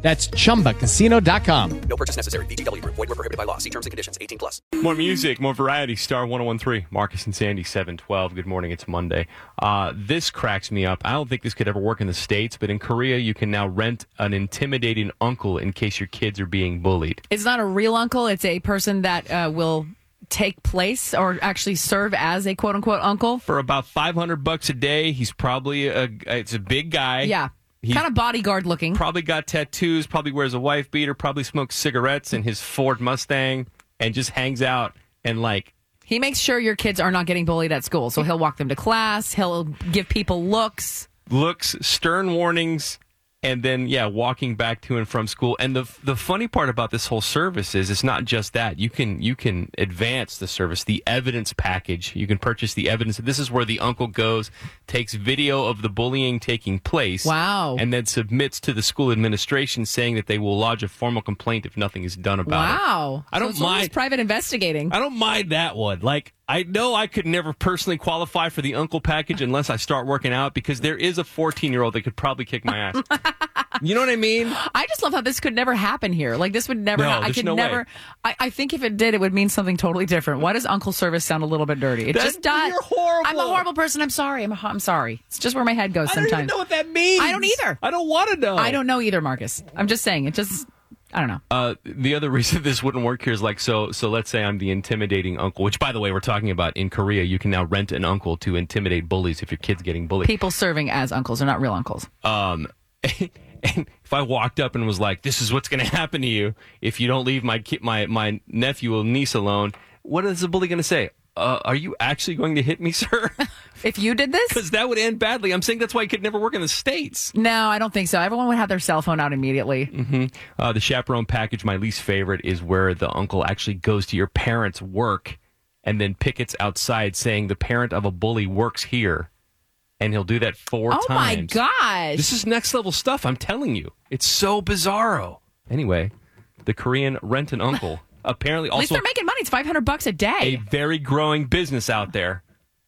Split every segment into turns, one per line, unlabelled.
That's chumbacasino.com.
No purchase necessary. VGW Group. Void were prohibited by law. See terms and conditions. 18 plus.
More music, more variety. Star 1013, Marcus and Sandy 712. Good morning, it's Monday. Uh, this cracks me up. I don't think this could ever work in the States, but in Korea, you can now rent an intimidating uncle in case your kids are being bullied.
It's not a real uncle. It's a person that uh, will take place or actually serve as a quote unquote uncle.
For about 500 bucks a day, he's probably a, it's a big guy.
Yeah.
He-
kind of bodyguard looking.
Probably got tattoos, probably wears a wife beater, probably smokes cigarettes in his Ford Mustang, and just hangs out and like
he makes sure your kids are not getting bullied at school. So he'll walk them to class. He'll give people looks.
looks, stern warnings, and then yeah, walking back to and from school. And the the funny part about this whole service is it's not just that you can you can advance the service, the evidence package. You can purchase the evidence. This is where the uncle goes, takes video of the bullying taking place.
Wow.
And then submits to the school administration saying that they will lodge a formal complaint if nothing is done about it.
Wow.
I don't
so it's almost
mind-
private investigating.
I don't mind that one. Like, I know I could never personally qualify for the uncle package unless I start working out because there is a 14 year old that could probably kick my ass. you know what I mean?
I just love how this could never happen here. Like this would never.
No,
hap- I
there's
could
no way.
never. I, I think if it did, it would mean something totally different. Why does Uncle Service sound a little bit dirty? It
That-
just does.
you're horrible.
I'm a horrible person. I'm sorry. I'm, a, ho- I'm sorry. It's just where my head goes sometimes.
what that means.
I don't either.
I don't want to know.
I don't know either, Marcus. I'm just saying. It just. I don't know.
Uh, the other reason this wouldn't work here is like so. So let's say I'm the intimidating uncle, which by the way we're talking about in Korea. You can now rent an uncle to intimidate bullies if your kid's getting bullied.
People serving as uncles are not real uncles.
Um, and if I walked up and was like, "This is what's going to happen to you if you don't leave my ki- my my nephew or niece alone," what is the bully going to say? Uh, are you actually going to hit me, sir?
If you did this,
Because that would end badly. I'm saying that's why I could never work in the states.
No, I don't think so. Everyone would have their cell phone out immediately.
Uh, the chaperone package, my least favorite, is where the uncle actually goes to your parents' work and then pickets outside saying the parent of a bully works here, and he'll do that four
Oh my
times.
gosh.
This is next level stuff, I'm telling you. It's so bizarro. Anyway, the Korean rent an uncle. Apparently
At least
also
they're making money. It's 500 bucks a
a
day.
very growing business out there.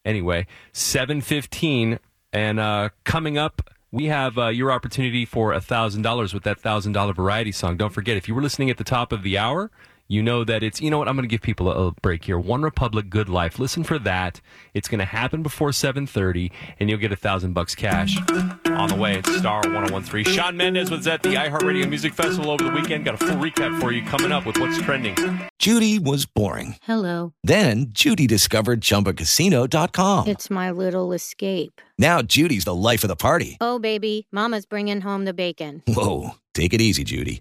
Anyway, 715 and uh coming up we have uh, your opportunity for $1,000 with that $1,000 variety song. Don't forget, if you were listening at the top of the hour, you know that it's, you know what, I'm going to give people a, a break here. One Republic Good Life. Listen for that. It's going to happen before 7.30, and you'll get a 1000 bucks cash. On the way, it's Star 1013. Sean Mendez was at the iHeartRadio Music Festival over the weekend. Got a full recap for you coming up with what's trending.
Judy was boring.
Hello,
Then Judy discovered ChumbaCasino.com.
it's my little escape.
now Judy's the life of the party.
Oh, baby, Mama's bringing home the bacon.
Whoa, take it easy, Judy.